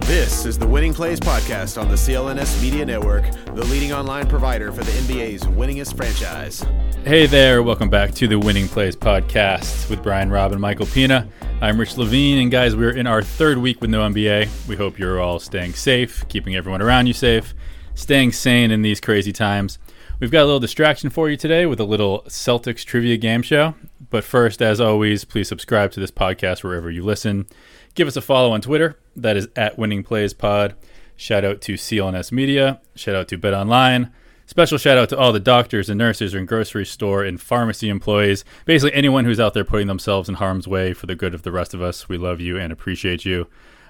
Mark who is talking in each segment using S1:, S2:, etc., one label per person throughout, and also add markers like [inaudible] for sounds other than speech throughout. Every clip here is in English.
S1: This is the Winning Plays podcast on the CLNS Media Network, the leading online provider for the NBA's winningest franchise.
S2: Hey there, welcome back to the Winning Plays podcast with Brian Robb and Michael Pina. I'm Rich Levine, and guys, we're in our third week with no NBA. We hope you're all staying safe, keeping everyone around you safe, staying sane in these crazy times. We've got a little distraction for you today with a little Celtics trivia game show. But first, as always, please subscribe to this podcast wherever you listen. Give us a follow on Twitter. That is at Winning Plays Pod. Shout out to CLNS Media. Shout out to Bet Online. Special shout out to all the doctors and nurses and grocery store and pharmacy employees. Basically, anyone who's out there putting themselves in harm's way for the good of the rest of us. We love you and appreciate you.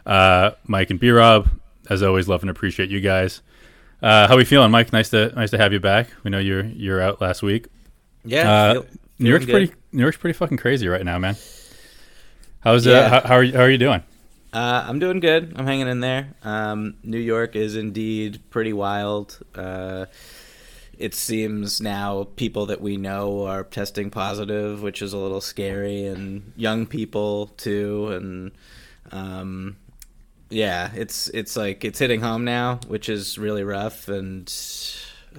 S2: Uh, Mike and B Rob, as always, love and appreciate you guys. Uh, how we feeling, Mike? Nice to nice to have you back. We know you're you're out last week.
S3: Yeah,
S2: Uh,
S3: feel-
S2: New York's
S3: feeling
S2: pretty
S3: good.
S2: New York's pretty fucking crazy right now, man. How's
S3: Yeah.
S2: uh, how, how are you, how are you doing?
S3: Uh, I'm doing good. I'm hanging in there. Um, New York is indeed pretty wild. Uh, it seems now people that we know are testing positive, which is a little scary, and young people too. And um, yeah, it's it's like it's hitting home now, which is really rough. And [laughs]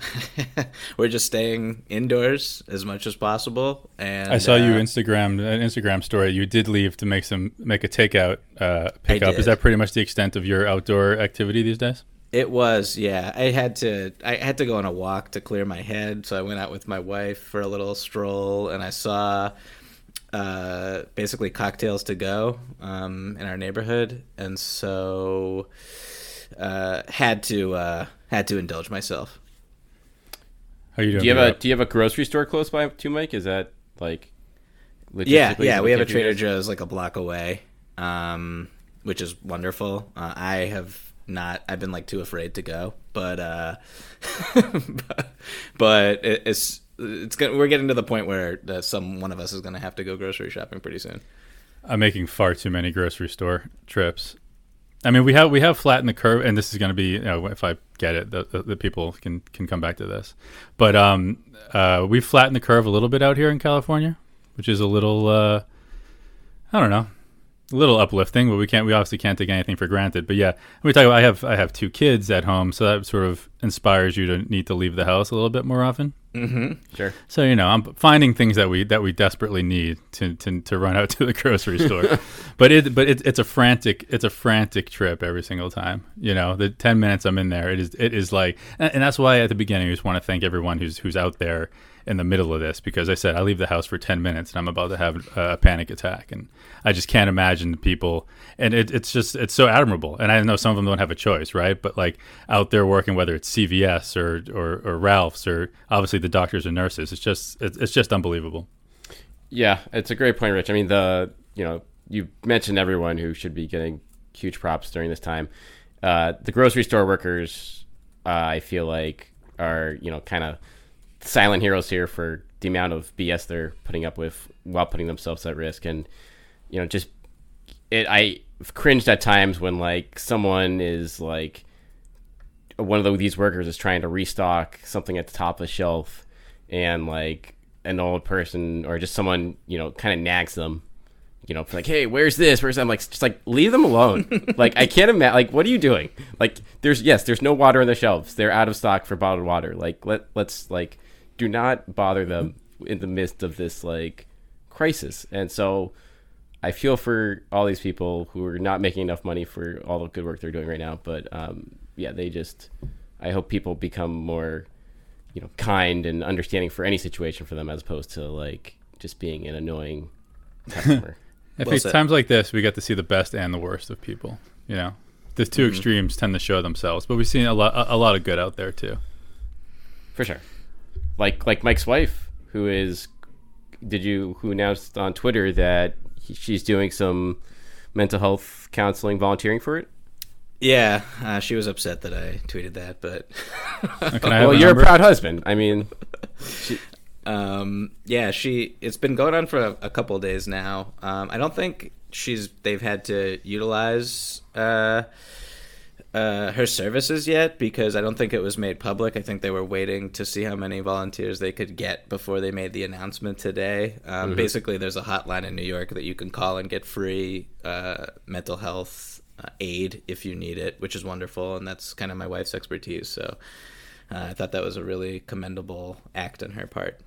S3: we're just staying indoors as much as possible. And
S2: I saw you
S3: uh,
S2: Instagram an Instagram story. You did leave to make some make a takeout uh, pickup. Is
S3: did.
S2: that pretty much the extent of your outdoor activity these days?
S3: It was, yeah. I had to I had to go on a walk to clear my head, so I went out with my wife for a little stroll and I saw uh basically cocktails to go um in our neighborhood and so uh had to uh had to indulge myself.
S2: How are you doing?
S4: Do you have a
S2: Europe?
S4: Do you have a grocery store close by too, Mike? Is that like?
S3: Yeah,
S4: logistically
S3: yeah, we have a
S4: something for you
S3: Trader
S4: guys?
S3: Joe's like a block away. Um which is wonderful. Uh, I have not I've been like too afraid to go, but uh [laughs] but, but it, it's it's gonna, we're getting to the point where uh, some one of us is going to have to go grocery shopping pretty soon.
S2: I'm making far too many grocery store trips. I mean, we have we have flattened the curve, and this is going to be you know, if I get it, the, the, the people can can come back to this. But um, uh, we've flattened the curve a little bit out here in California, which is a little uh, I don't know, a little uplifting. But we can't we obviously can't take anything for granted. But yeah, we talk about I have I have two kids at home, so that sort of inspires you to need to leave the house a little bit more often.
S4: Sure.
S2: So you know, I'm finding things that we that we desperately need to to, to run out to the grocery store, but it but it, it's a frantic it's a frantic trip every single time. You know, the ten minutes I'm in there, it is it is like, and, and that's why at the beginning I just want to thank everyone who's who's out there in the middle of this because I said I leave the house for ten minutes and I'm about to have a panic attack, and I just can't imagine the people. And it, it's just it's so admirable, and I know some of them don't have a choice, right? But like out there working, whether it's CVS or or, or Ralph's or obviously the doctors and nurses, it's just it's, it's just unbelievable.
S4: Yeah, it's a great point, Rich. I mean, the you know you mentioned everyone who should be getting huge props during this time. Uh, the grocery store workers, uh, I feel like, are you know kind of silent heroes here for the amount of BS they're putting up with while putting themselves at risk, and you know just it. I cringed at times when like someone is like one of the, these workers is trying to restock something at the top of the shelf and like an old person or just someone you know kind of nags them you know like hey where's this where's that? i'm like just like leave them alone like i can't imagine like what are you doing like there's yes there's no water on the shelves they're out of stock for bottled water like let let's like do not bother them in the midst of this like crisis and so I feel for all these people who are not making enough money for all the good work they're doing right now. But um, yeah, they just. I hope people become more, you know, kind and understanding for any situation for them, as opposed to like just being an annoying
S2: [laughs]
S4: customer.
S2: I
S3: Well
S2: think
S3: said.
S2: times like this, we get to see the best and the worst of people. You know, the 2 extremes tend to show themselves, but we've seen a lot, a, a lot of good out there too.
S4: For sure. Like like Mike's wife, who is, did you who announced on Twitter that he, she's doing some mental health counseling, volunteering for it.
S3: Yeah, uh, she was upset that I tweeted that, but [laughs]
S2: Can I have
S4: well,
S2: a
S4: you're
S2: number?
S4: a proud husband. I mean,
S3: um, yeah, she it's been going on for a, a couple of days now. Um, I don't think she's they've had to utilize uh, uh, her services yet because I don't think it was made public. I think they were waiting to see how many volunteers they could get before they made the announcement today. Um, Basically, there's a hotline in New York that you can call and get free uh, mental health uh, aid if you need it, which is wonderful, and that's kind of my wife's expertise. So. Uh, I thought that was a really commendable act on her part.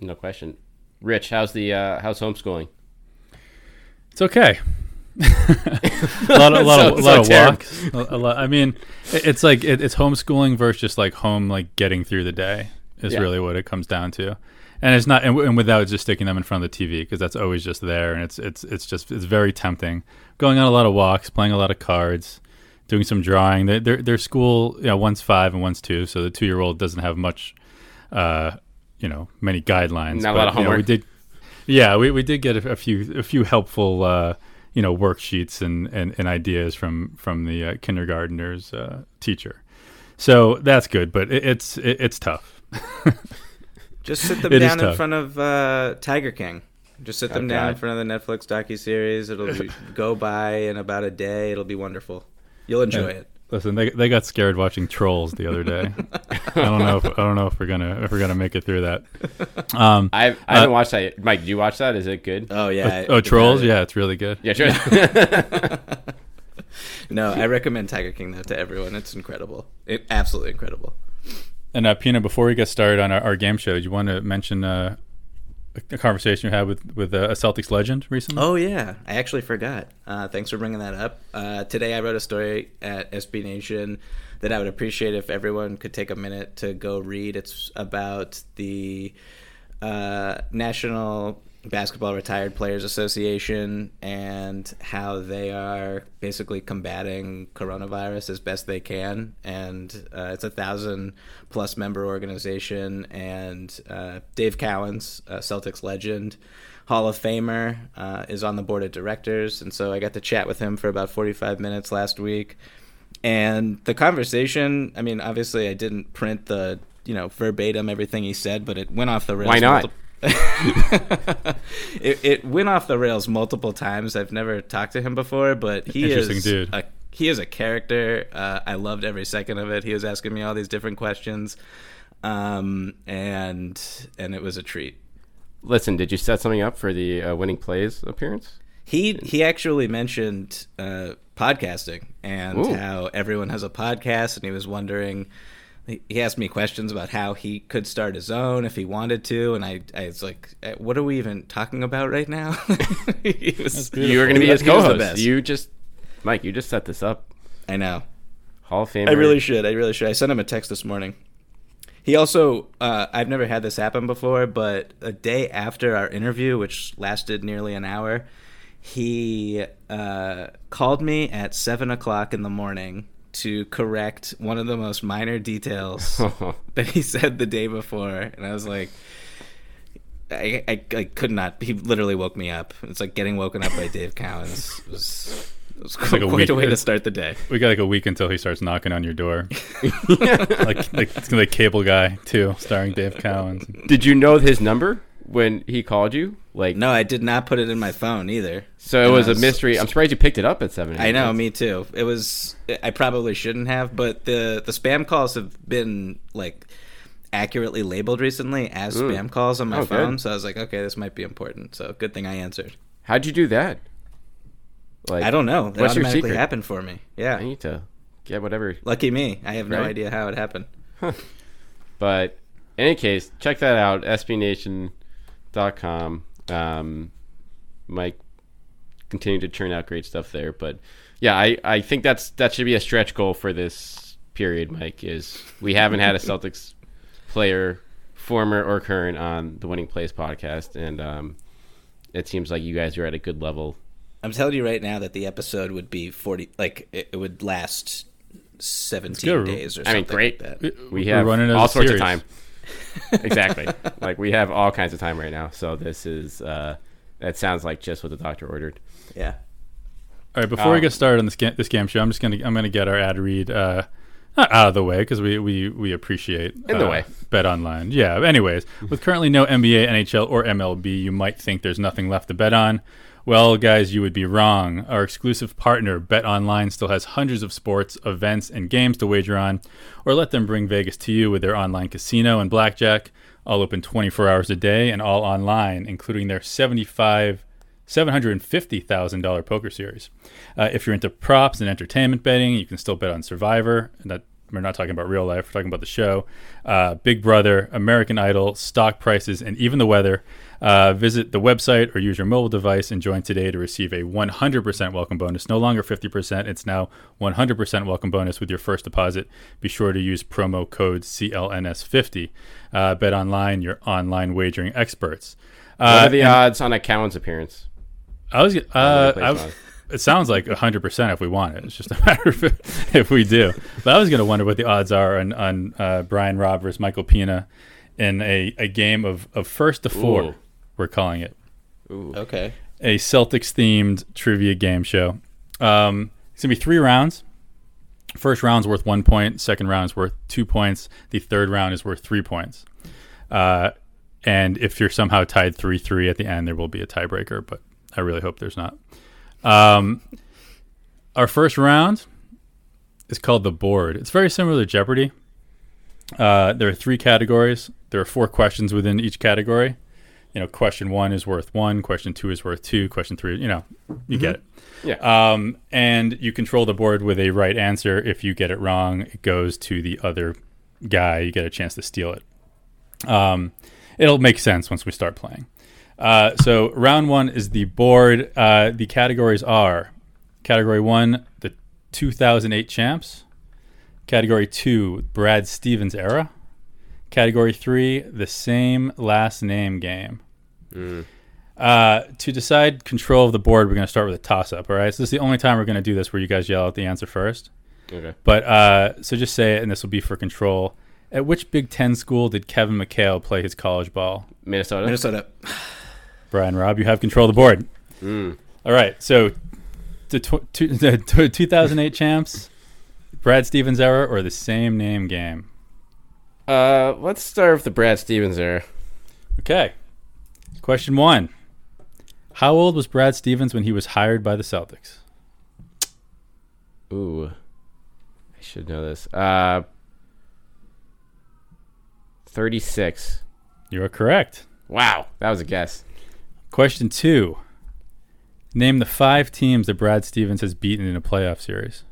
S4: no question. Rich, how's the uh, how's homeschooling?
S2: It's
S4: [laughs]
S2: okay. a lot, of, a lot, of, a lot
S4: So- so
S2: of walks. A, a lot. I mean, it, it's like it, it's homeschooling versus just like home, like getting through the day is
S4: Yeah.
S2: really what it comes down to. And it's not, and, w- and without just sticking them in front of the TV because that's always just there, and it's it's it's just it's very tempting. Going on a lot of walks, playing a lot of cards, doing some drawing. Their their, their school, you know, one's five and one's two, so the two year old doesn't have much, uh, you know, many guidelines.
S4: Not a lot of
S2: you know, we
S4: homework.
S2: did yeah, we, we did get a, a few a few helpful uh, you know worksheets and, and, and ideas from from the uh, kindergartner's uh, teacher. So that's good, but it, it's it, it's tough.
S3: Just sit them
S2: It is
S3: down in
S2: tough.
S3: front of uh, Tiger King. Just sit them
S4: Oh,
S3: down in
S4: God.
S3: front of the Netflix docuseries. It'll [laughs] be, go by in about a day. It'll be wonderful. You'll enjoy it.
S2: [laughs] Listen, they, they got scared watching Trolls the other day. I don't know if I don't know if we're gonna if we're gonna make it through that.
S4: I I haven't watched that. Yet. Mike, did you watch that? Is it good?
S3: Oh yeah. I-
S2: Oh, Trolls! Yeah, it's really good.
S4: yeah, sure.
S3: No, I recommend Tiger King though to everyone. It's incredible. It, absolutely incredible.
S2: And uh, Pina, before we get started on our, our game show, do you want to mention uh, a, a conversation you had with with uh, a Celtics legend recently?
S3: Oh yeah, I actually forgot. Uh, thanks for bringing that up. Uh, today I wrote a story at SB Nation that I would appreciate if everyone could take a minute to go read. It's about the uh, National Basketball Retired Players Association and how they are basically combating coronavirus as best they can. And uh, it's a thousand plus member organization. And uh, Dave Cowens, a Celtics legend, Hall of Famer, uh, is on the board of directors. And so I got to chat with him for about 45 minutes last week and the conversation i mean obviously i didn't print the you know verbatim everything he said but it went off the rails
S4: Why not?
S3: multi- it, it went off the rails multiple times i've never talked to him before but he
S2: Interesting
S3: is
S2: dude.
S3: a he is a character uh, i loved every second of it he was asking me all these different questions um, and and it was a treat
S4: [laughs] Listen, did you set something up for the uh, winning plays appearance?
S3: He he actually mentioned uh, podcasting and
S4: Ooh.
S3: how everyone has a podcast, and he was wondering. he- He asked me questions about how he could start his own if he wanted to, and I, I was like, "Eh, "What are we even talking about right now?" [laughs] He was-
S4: You were going to be
S3: he was-
S4: his
S3: he was the
S4: co-host.
S3: best.
S4: You just, Mike, you just set this up.
S3: I know.
S4: Hall of Fame.
S3: I
S4: [laughs]
S3: really should. I really should. I sent him a text this morning. He also, uh, I've never had this happen before, but a day after our interview, which lasted nearly an hour, he uh, called me at seven o'clock in the morning to correct one of the most minor details [laughs] that he said the day before, and I was like. I, I, I could not. He literally woke me up. It's like getting woken up by Dave Cowens was, was quite
S2: a
S3: a
S2: week-
S3: way to start the day.
S2: We got like a week until he starts knocking on your door. like, like it's gonna be Cable Guy too, starring Dave Cowens.
S4: Did you know his number when he called you? Like,
S3: No, I did not put it in my phone either.
S4: So it
S3: And
S4: was
S3: I
S4: a mystery. I'm surprised you picked it up at seven.
S3: I know, me too. It was. I probably shouldn't have, but the the spam calls have been like accurately labeled recently as spam calls on my
S4: Oh, good.
S3: phone. So I was like, okay, this might be important. So good thing I answered.
S4: How'd you do that? Like,
S3: I don't know. It
S4: What's your
S3: automatically
S4: secret?
S3: happened for me.
S4: I
S3: Yeah,
S4: need to get whatever.
S3: lucky me. I have no
S4: Right?
S3: idea how it happened.
S4: But in any case, check that out. SBNation.com. Um, Mike continue to churn out great stuff there. But yeah, I, I think that's that should be a stretch goal for this period, Mike, is we haven't had a Celtics player, former or current, on the Winning Plays podcast. And um, it seems like you guys are at a good level.
S3: I'm telling you right now that the episode would be 40, like, it, it would last 17
S2: go.
S3: days or
S4: I
S3: something.
S4: mean, great.
S3: Like that.
S4: We
S2: We're
S4: have
S2: running as
S4: all
S2: a
S4: sorts
S2: series. [laughs]
S4: of time. exactly. Like we have all kinds of time right now. So this is uh, that sounds like just what the doctor ordered.
S3: Yeah.
S2: All right, before we
S4: Um,
S2: get started on the scam, the scam show, I'm just gonna I'm gonna get our ad read uh, not out of the way because we, we we appreciate
S4: In the
S2: uh,
S4: way.
S2: Bet online, yeah. but Anyways, with currently no NBA, NHL, or MLB, you might think there's nothing left to bet on. Well, guys, you would be wrong. Our exclusive partner, Bet Online, still has hundreds of sports, events, and games to wager on, or let them bring Vegas to you with their online casino and blackjack, all open 24 hours a day and all online, including their 75 $750,000 poker series. Uh, if you're into props and entertainment betting, you can still bet on Survivor. And that we're not talking about real life, we're talking about the show. Uh, Big Brother, American Idol, stock prices, and even the weather. Uh, visit the website or use your mobile device and join today to receive a 100% welcome bonus. No longer 50%, it's now 100% welcome bonus with your first deposit. Be sure to use promo code CLNS50. Uh, bet online, your online wagering experts.
S4: What
S2: Uh,
S4: are the odds on a Cowan's appearance?
S2: I was. Uh,
S4: play
S2: I,
S4: song.
S2: it sounds like hundred percent if we want it. It's just a [laughs] matter of if, if we do. But I was going to wonder what the odds are on on uh, Brian Robb versus Michael Pina in a, a game of of first to four.
S4: Ooh.
S2: We're calling it
S3: Okay.
S2: a Celtics themed trivia game show. Um, it's gonna be three rounds. First round's worth one point. Second round's worth two points. The third round is worth three points. Uh, and if you're somehow tied three three at the end, there will be a tiebreaker. But I really hope there's not. Um, our first round is called the board. It's very similar to Jeopardy. Uh, there are three categories. There are four questions within each category you know, question one is worth one, question two is worth two, question three, you know, you get it.
S4: Yeah.
S2: Um, and you control the board with a right answer. If you get it wrong, it goes to the other guy. You get a chance to steal it. Um, it'll make sense once we start playing. Uh, so round one is the board. Uh, the categories are category one, the 2008 champs. Category two, Brad Stevens era. Category three, the same last name game. Uh, to decide control of the board, we're going to start with a toss up. All right. So this is the only time we're going to do this where you guys yell out the answer first.
S4: Okay.
S2: But uh, so just say it, and this will be for control. At which Big Ten school did Kevin McHale play his college ball?
S4: Minnesota.
S3: Minnesota.
S2: Brian Rob, you have control of the board. All right. So the, tw- two, [laughs] the t- 2008 champs, Brad Stevens era, or the same name game?
S4: Uh, let's start with the Brad Stevens era.
S2: Okay. Question one How old was Brad Stevens when he was hired by the Celtics?
S4: Ooh, I should know this. Uh, thirty-six.
S2: You are correct.
S4: Wow, that was a guess.
S2: Question two Name the five teams that Brad Stevens has beaten in a playoff series.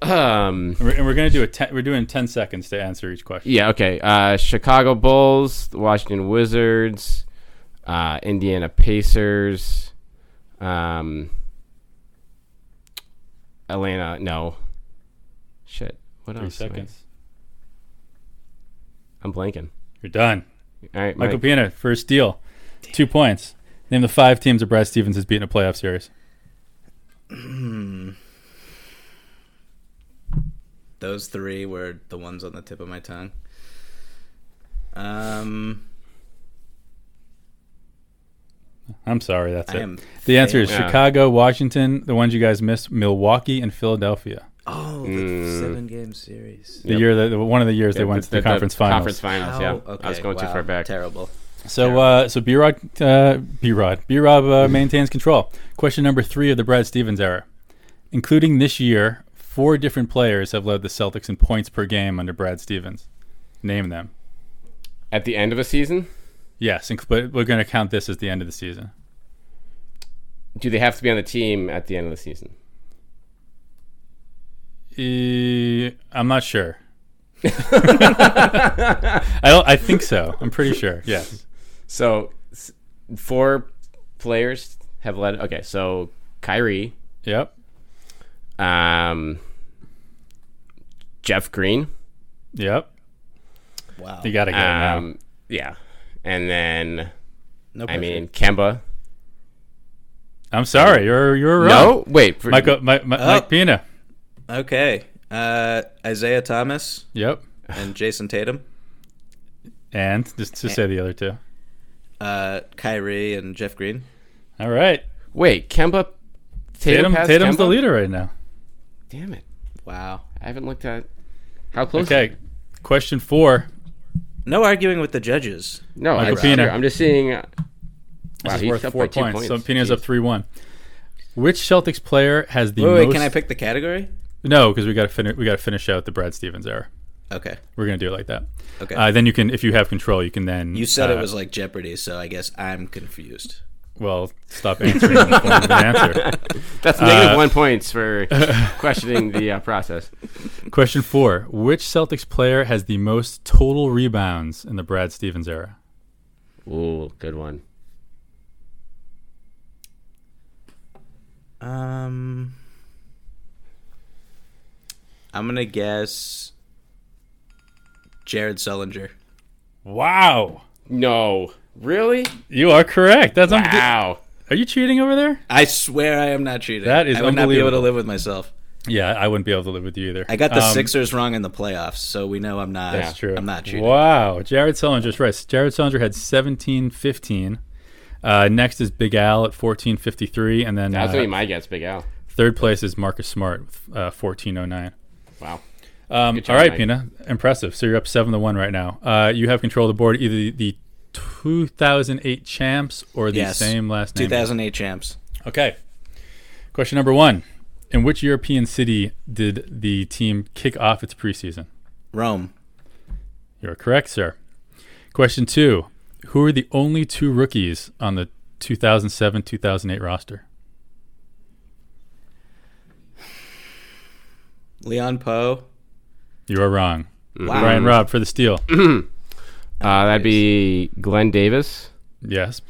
S4: Um,
S2: And we're, and we're going to do a ten, we're doing 10 seconds to answer each question.
S4: yeah, okay. Uh, Chicago Bulls, the Washington Wizards, uh, Indiana Pacers, um, Atlanta. No, shit. What
S2: Three
S4: else? am I-
S2: seconds.
S4: I'm blanking.
S2: You're done.
S4: All right,
S2: Michael
S4: Mike.
S2: Pina, first steal. Two points. Name the five teams that Brad Stevens has beaten in a playoff series.
S3: Those three were the ones on the tip of my tongue. Um,
S2: I'm sorry, that's
S3: I
S2: it.
S3: am
S2: the answer is
S4: failing. Yeah.
S2: Chicago, Washington, the ones you guys missed, Milwaukee, and Philadelphia.
S3: oh, the
S4: Hmm.
S3: seven game series.
S2: The year that the- one of the years they went to the, conference finals.
S4: Conference finals. Yeah,
S3: How-
S4: I was going too
S3: Oh, wow,
S4: far back.
S3: Terrible.
S2: So, uh, so B Rod, uh, B Rod, B Rob uh, maintains control. Question number three of the Brad Stevens era, including this year, four different players have led the Celtics in points per game under Brad Stevens. Name them.
S4: At the end of a season,
S2: Yes, inc- but we're going to count this as the end of the season.
S4: do they have to be on the team at the end of the season?
S2: Uh, I'm not
S4: [laughs]
S2: sure. I don't, I think so. I'm pretty sure. Yes.
S4: So, s- four players have led. Okay, so Kyrie,
S2: Yep.
S4: um, Jeff Green,
S2: Yep.
S3: Wow.
S2: You got to get him now.
S4: um, yeah, and then
S3: no
S4: I
S3: pressure.
S4: mean Kemba.
S2: I'm sorry. You're you're wrong.
S4: No, wait, for,
S2: Michael, Mi- Mi- Mike Pina.
S3: okay. Uh, Isaiah Thomas
S2: Yep.
S4: [sighs]
S3: and Jason Tatum,
S2: And just
S3: Eh.
S2: to say the other two.
S3: uh, Kyrie and Jeff Green.
S2: All right.
S4: wait, Kemba.
S2: Tatum,
S4: passed
S2: Tatum's the
S4: Kemba?
S2: leader right now.
S4: Damn it!
S3: Wow.
S4: I haven't looked at how close.
S2: Okay. Question four.
S3: No arguing with the judges.
S4: No, I,
S2: Michael Pina.
S4: I'm just seeing. uh, Wow,
S2: This is
S4: he's
S2: worth
S4: up
S2: four
S4: by two
S2: points. So Pina's
S4: Jeez.
S2: up three one. Which Celtics player has the
S3: Wait,
S2: most?
S3: wait, can I pick the category?
S2: No, because we got to finish. We got to finish out the Brad Stevens era.
S3: Okay.
S2: We're gonna do it like that.
S3: Okay.
S2: Uh, then you can, if you have control, you can then.
S3: You said
S2: uh,
S3: it was like Jeopardy, so I guess I'm confused.
S2: Well, stop answering. the form of an
S3: [laughs]
S2: answer.
S4: [laughs] That's negative one
S2: [laughs]
S4: points for questioning the uh, process.
S2: Question four: Which Celtics player has the most total rebounds in the Brad Stevens era?
S4: Ooh, good one.
S3: Um, I'm gonna guess Jared Sullinger.
S2: Wow,
S4: No,
S2: [laughs]
S4: really?
S2: you are correct. That's unbe-
S4: Wow.
S2: Are you cheating over there?
S3: I swear I am not cheating.
S2: That is
S3: I would not be able to
S2: unbelievable.
S3: live with myself.
S2: Yeah, I wouldn't be able to live with you either.
S3: I got the
S2: Um,
S3: Sixers wrong in the playoffs, so we know I'm not.
S2: That's true.
S3: I'm not cheating.
S2: Wow. Jared Sullinger's right. Jared Sullinger had 1715. Uh, next is Big Al at 1453. And then
S4: That's gonna
S2: uh,
S4: be my guess, Big Al.
S2: third place is Marcus Smart with uh, 1409.
S4: Wow.
S2: Um,
S4: job,
S2: all right,
S4: Mike.
S2: Pina. Impressive. So you're up 7 to 1 right now. Uh, you have control of the board, either the, the 2008 champs or the
S3: Yes.
S2: same last name.
S3: 2008 champs.
S2: Okay. Question number one In which European city did the team kick off its preseason?
S3: Rome.
S2: You're correct, sir. Question two Who are the only two rookies on the 2007 2008 roster?
S3: Leon Poe.
S2: You are wrong.
S3: Wow.
S4: Um,
S2: Brian Robb for the
S4: [laughs]
S2: steal.
S4: Uh, that'd be Glenn Davis
S2: yes.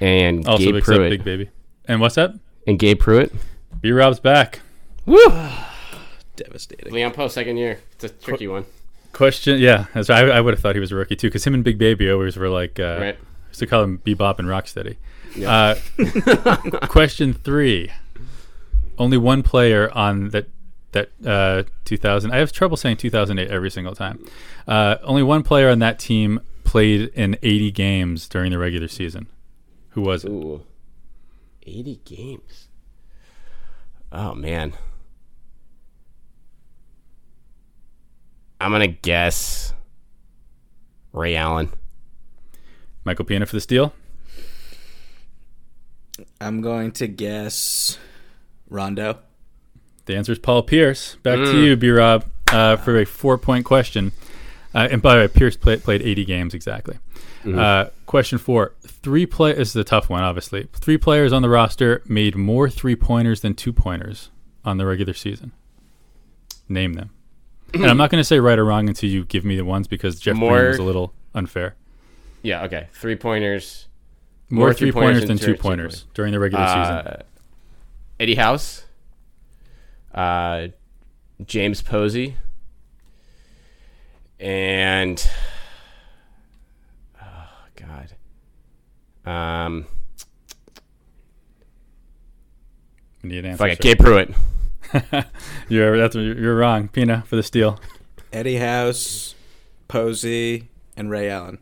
S4: and
S2: Also,
S4: Gabe
S2: except
S4: Pruitt.
S2: Big Baby. And what's up?
S4: and Gabe Pruitt.
S2: B Rob's back.
S3: Devastating.
S4: Leon Poe, second year. It's a tricky one.
S2: Question. Yeah. That's right. I, I would have thought he was a rookie too because him and Big Baby always were like, uh,
S4: Right.
S2: I used to call him Bebop and Rocksteady. Uh, [laughs] question three. Only one player on that that uh, 2000. I have trouble saying 2008 every single time. Uh, only one player on that team played in 80 games during the regular season. Who was it?
S4: Ooh. 80 games. Oh, man. I'm going to guess Ray Allen.
S2: Michael Pina for the steal.
S3: I'm going to guess Rondo.
S2: The answer is Paul Pierce. Back
S4: Mm.
S2: to you, B Rob, uh, for a four point question. Uh, and by the way, Pierce play, played 80 games exactly.
S4: Mm-hmm.
S2: Uh, question four. Three play this is the tough one, obviously. Three players on the roster made more three pointers than two pointers on the regular season. Name
S4: [clears throat]
S2: them. and I'm not going to say right or wrong until you give me the ones because Jeff Green
S4: More-
S2: was a little unfair.
S4: Yeah, okay. Three pointers.
S2: More,
S4: More
S2: three
S4: three-pointers
S2: pointers
S4: than
S2: than
S4: two-
S2: two
S4: two
S2: pointers
S4: pointers.
S2: during the regular season.
S4: Uh, Eddie House. Uh, James Posey. And. Oh, God. Um,
S2: You Need an answer,
S4: fuck it.
S2: sir.
S4: Gabe Pruitt.
S2: You're, that's, you're wrong. Pina for the steal.
S3: Eddie House, Posey, and Ray Allen.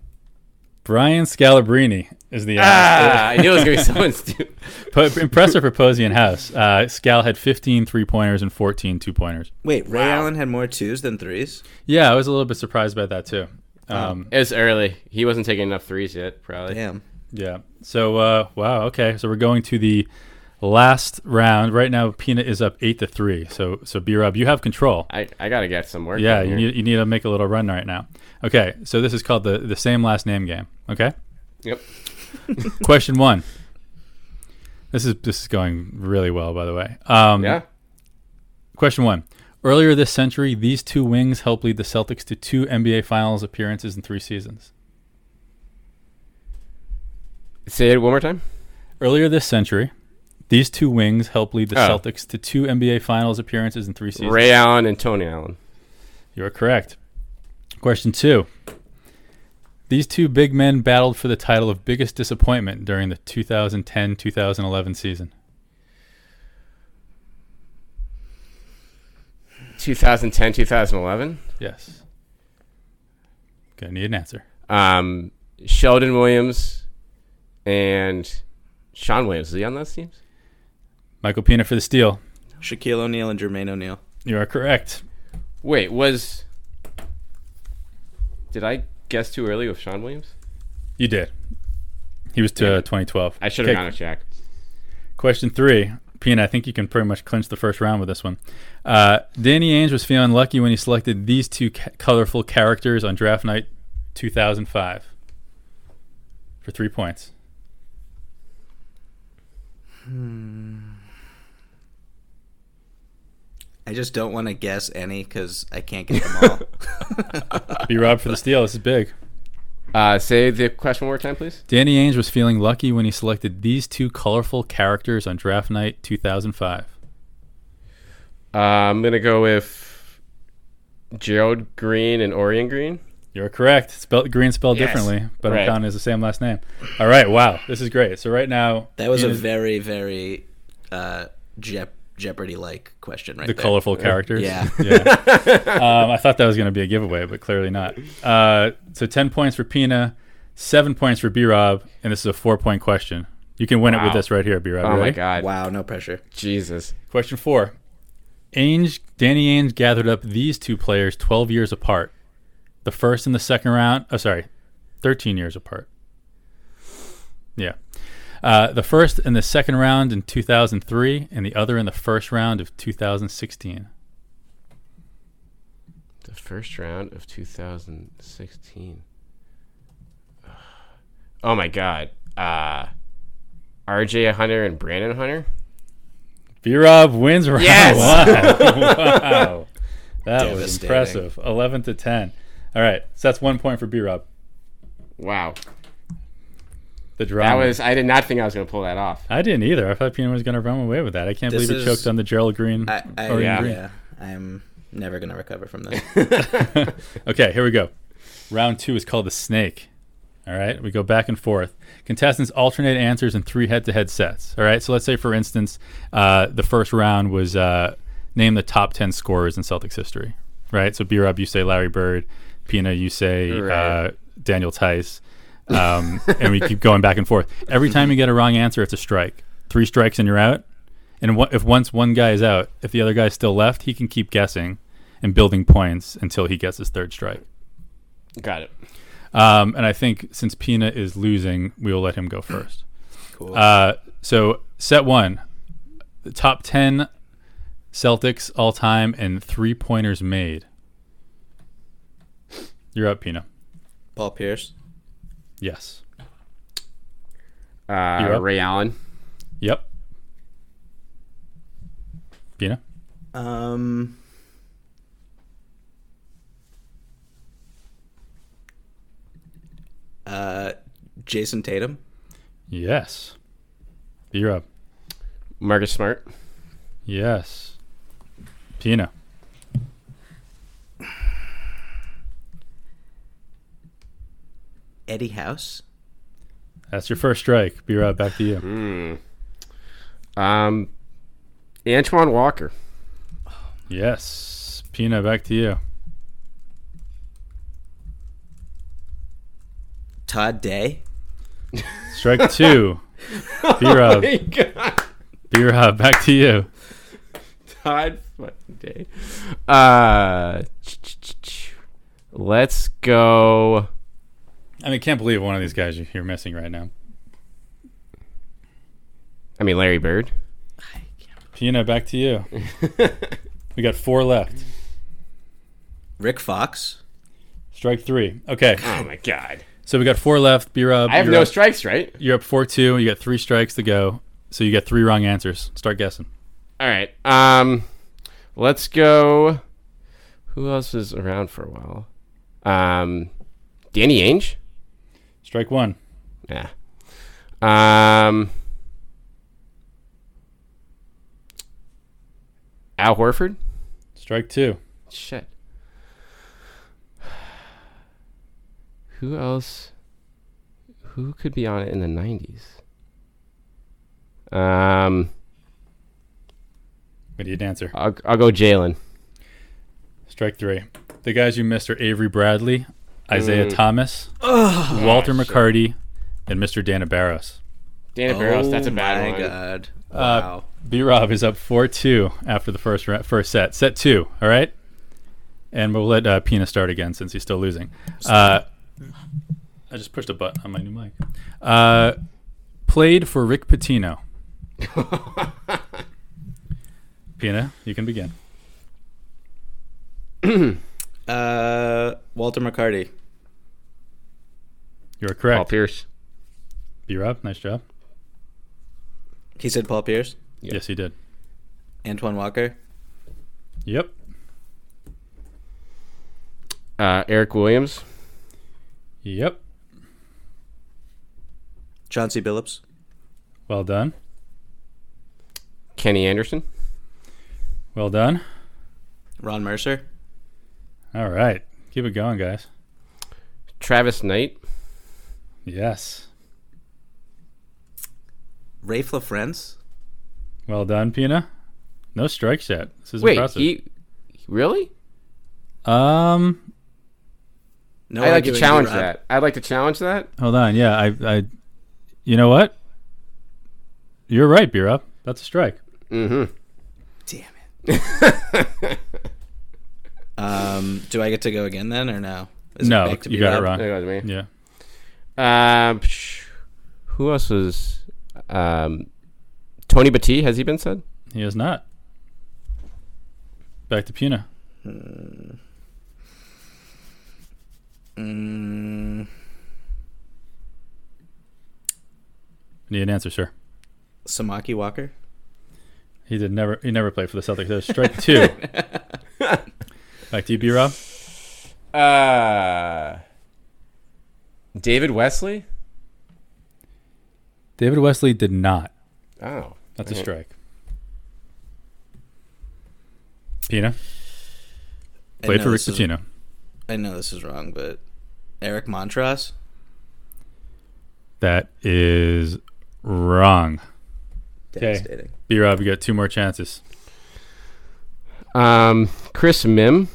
S2: Brian Scalabrine is the answer.
S4: Ah, [laughs] I knew it was going to be someone stupid.
S2: Po- impressive for Posey and House. Uh, Scal had 15 three pointers and 14 two pointers.
S3: Wait, Ray Allen had more twos than threes?
S2: Yeah, I was a little bit surprised by that too.
S4: Oh.
S2: Um,
S4: It's early. He wasn't taking enough threes yet, probably.
S3: Damn.
S2: yeah. So uh, wow. Okay. So we're going to the last round right now. Pina is up eight to three. So so B Rob, you have control.
S4: I, I gotta get some work.
S2: Yeah,
S4: in
S2: you
S4: here.
S2: need, you need to make a little run right now. Okay. So this is called the the same last name game. Okay.
S4: Yep.
S2: Question one. This is this is going really well, by the way. Um,
S4: Yeah.
S2: Question one. Earlier this century, these two wings helped lead the Celtics to two NBA Finals appearances in three seasons.
S4: Say it one more time.
S2: Earlier this century, These two wings help lead the
S4: Oh.
S2: Celtics to two NBA Finals appearances in three seasons.
S4: Ray Allen and Tony Allen.
S2: You are correct. Question two. These two big men battled for the title of biggest disappointment during the 2010 2011 season.
S4: 2010, 2011.
S2: Yes. Gonna need an answer.
S4: Um, Sheldon Williams and Sean Williams. Is he on those teams?
S2: Michael Pina for the steal.
S3: Shaquille O'Neal and Jermaine O'Neal.
S2: You are correct.
S4: Wait, was. Did I guess too early with Sean Williams?
S2: You did. He was to 2012.
S4: I should have
S2: Okay,
S4: gone with Jack.
S2: Question three. Pina, I think you can pretty much clinch the first round with this one. Uh, Danny Ainge was feeling lucky when he selected these two ca- colorful characters on draft night 2005 for three points.
S3: I just don't want to guess any because I can't get them all.
S2: Be Rob for the steal. This is big.
S4: Uh, say the question one more time, please.
S2: Danny Ainge was feeling lucky when he selected these two colorful characters on draft night 2005.
S4: Uh, I'm going to go with Gerald Green and Orion Green.
S2: You're correct. Spelled green spelled
S4: Yes.
S2: differently, but
S4: Right.
S2: I'm counting as the same last name. All right. Wow. This is great. So right now,
S3: That [laughs] was a
S2: Ian is-
S3: very, very uh, Jep- Jeopardy like question right
S2: the
S3: there.
S2: colorful characters.
S3: Yeah.
S2: [laughs] yeah. Um, I thought that was going to be a giveaway, but clearly not. Uh, so 10 points for Pina, seven points for B Rob, and this is a four point question. You can win it with
S4: Wow.
S2: this right here, B Rob.
S4: Oh my God.
S3: Wow, no pressure.
S4: Jesus.
S2: Question four. Ainge, Danny Ainge gathered up these two players 12 years apart. The first and the second round. Oh, sorry, 13 years apart. Yeah. Uh, the first and the second round in 2003, and the other in the first round of 2016.
S4: The first round of 2016. [sighs] Oh my God. Uh, RJ Hunter and Brandon Hunter?
S2: B Rob wins round
S4: Yes!
S2: one. [laughs] wow. That was
S3: Devastating.
S2: impressive. 11 to 10. All right. So that's one point for B Rob.
S4: Wow.
S2: The
S4: That
S2: drama.
S4: was, I did not think I was going to pull that off.
S2: I didn't either. I thought Pino was going to run away with that. I can't
S3: This
S2: believe he
S3: is-
S2: choked on the Gerald Green.
S3: I, I,
S4: Oh,
S2: Orion
S3: yeah.
S2: Green.
S3: I'm never going to recover from this. [laughs]
S2: [laughs] Okay, here we go. Round two is called the snake. All right, we go back and forth. Contestants alternate answers in three head-to-head sets. All right, so let's say, for instance, uh, the first round was uh, name the top ten scorers in Celtics history. Right, so B Rob, you say Larry Bird, Pina, you say uh,
S4: Right.
S2: Daniel Tice, um, [laughs] and we keep going back and forth. Every time you get a wrong answer, it's a strike. Three strikes and you're out. And wha- if once one guy is out, if the other guy's still left, he can keep guessing and building points until he gets his third strike.
S4: Got it.
S2: Um, and I think since Pina is losing, we will let him go first. Cool. Uh, so set one, the top ten Celtics all time and three pointers made. You're up, Pina.
S3: Paul Pierce.
S2: Yes. You're
S4: Uh,
S2: up.
S4: Ray Allen.
S2: Yep. Pina.
S3: Um, uh, Jason Tatum.
S2: Yes. You're up.
S4: Marcus Smart.
S2: Yes. Pina.
S3: Eddie House.
S2: That's your first strike. Be right back to you.
S4: Um, Antoine [laughs] Walker.
S2: Yes. Pina, back to you.
S3: Todd Day.
S2: Strike [laughs] two. B Rob. B Rob, back to you.
S4: Todd fucking Day. Uh, let's go.
S2: I mean, can't believe one of these guys you- you're missing right now.
S4: I mean, Larry Bird.
S2: Pina, back to
S4: [laughs]
S2: you. we got four left.
S3: Rick Fox.
S2: Strike three. Okay.
S4: Oh my God.
S2: So we got four left. B Rob.
S4: I have
S2: you're
S4: no
S2: up-
S4: strikes, right?
S2: You're up 4 2. You got three strikes to go. So you got three wrong answers. Start guessing.
S4: All right. Um, let's go. Who else was around for a while? Um, Danny Ainge.
S2: Strike one.
S4: Yeah. Um, Al Horford?
S2: Strike two.
S4: Shit. [sighs] Who else? Who could be on it in the nineties? Um,
S2: What do you answer?
S4: I'll, I'll go Jalen.
S2: Strike three. The guys you missed are Avery Bradley,
S4: Mm.
S2: Isaiah Thomas, Walter
S4: Oh,
S2: McCarty, and Mr. Dana Barros.
S4: Dana Barros, that's a
S3: Oh my
S4: bad one. Uh,
S3: god! Wow.
S2: B Rob is up 4 2 after the first, ra- first set. Set two, all right? And we'll let uh, Pina start again since he's still losing. Uh, I just pushed a button on my new mic. Uh, played for Rick Pitino. Pina, you can begin.
S3: uh, Walter McCarty.
S2: You are
S4: Paul
S2: correct.
S4: Pierce.
S2: B Rob, nice job.
S3: He said Paul Pierce,
S2: Yes, he did.
S3: Antoine Walker,
S2: Yep.
S4: Uh, Eric Williams.
S2: Yep.
S3: Chauncey Billups,
S2: Well done.
S4: Kenny Anderson.
S2: Well done.
S3: Ron Mercer,
S2: All right. Keep it going, guys.
S4: Travis Knight.
S2: Yes.
S3: Rafe LaFrance.
S2: Well done, Pina. No strikes yet. This is
S4: Wait,
S2: impressive.
S4: he really?
S2: um,
S3: No,
S4: I'd like to
S3: arguing,
S4: challenge
S3: Rob.
S4: that. I'd like to challenge that.
S2: hold on. Yeah, I, I, you know what? You're right, B Rob. That's a strike.
S3: Damn it. um, do I get to go again then, or no? Is it
S2: No,
S3: back to
S2: you
S3: be
S2: got it
S3: up?
S2: wrong.
S4: There goes me.
S2: Yeah.
S4: Um, psh, who else was? Um, Tony Batty has he been said?
S2: He is not. Back to Puna.
S3: Mm,
S2: Need an answer, sir.
S3: Samaki Walker.
S2: He did never. He never played for the Celtics. That's [laughs] strike two. Back to you, B Rob.
S4: Uh, David Wesley.
S2: David Wesley did not. Mm-hmm.
S4: Oh,
S2: That's a strike. Pina
S3: I
S2: played
S3: know
S2: for Rick
S3: this is-
S2: Pitino.
S3: I know this is wrong, but Eric Montross.
S2: That is wrong.
S3: Devastating.
S2: B Rob, you got two more chances.
S4: um, Chris Mim.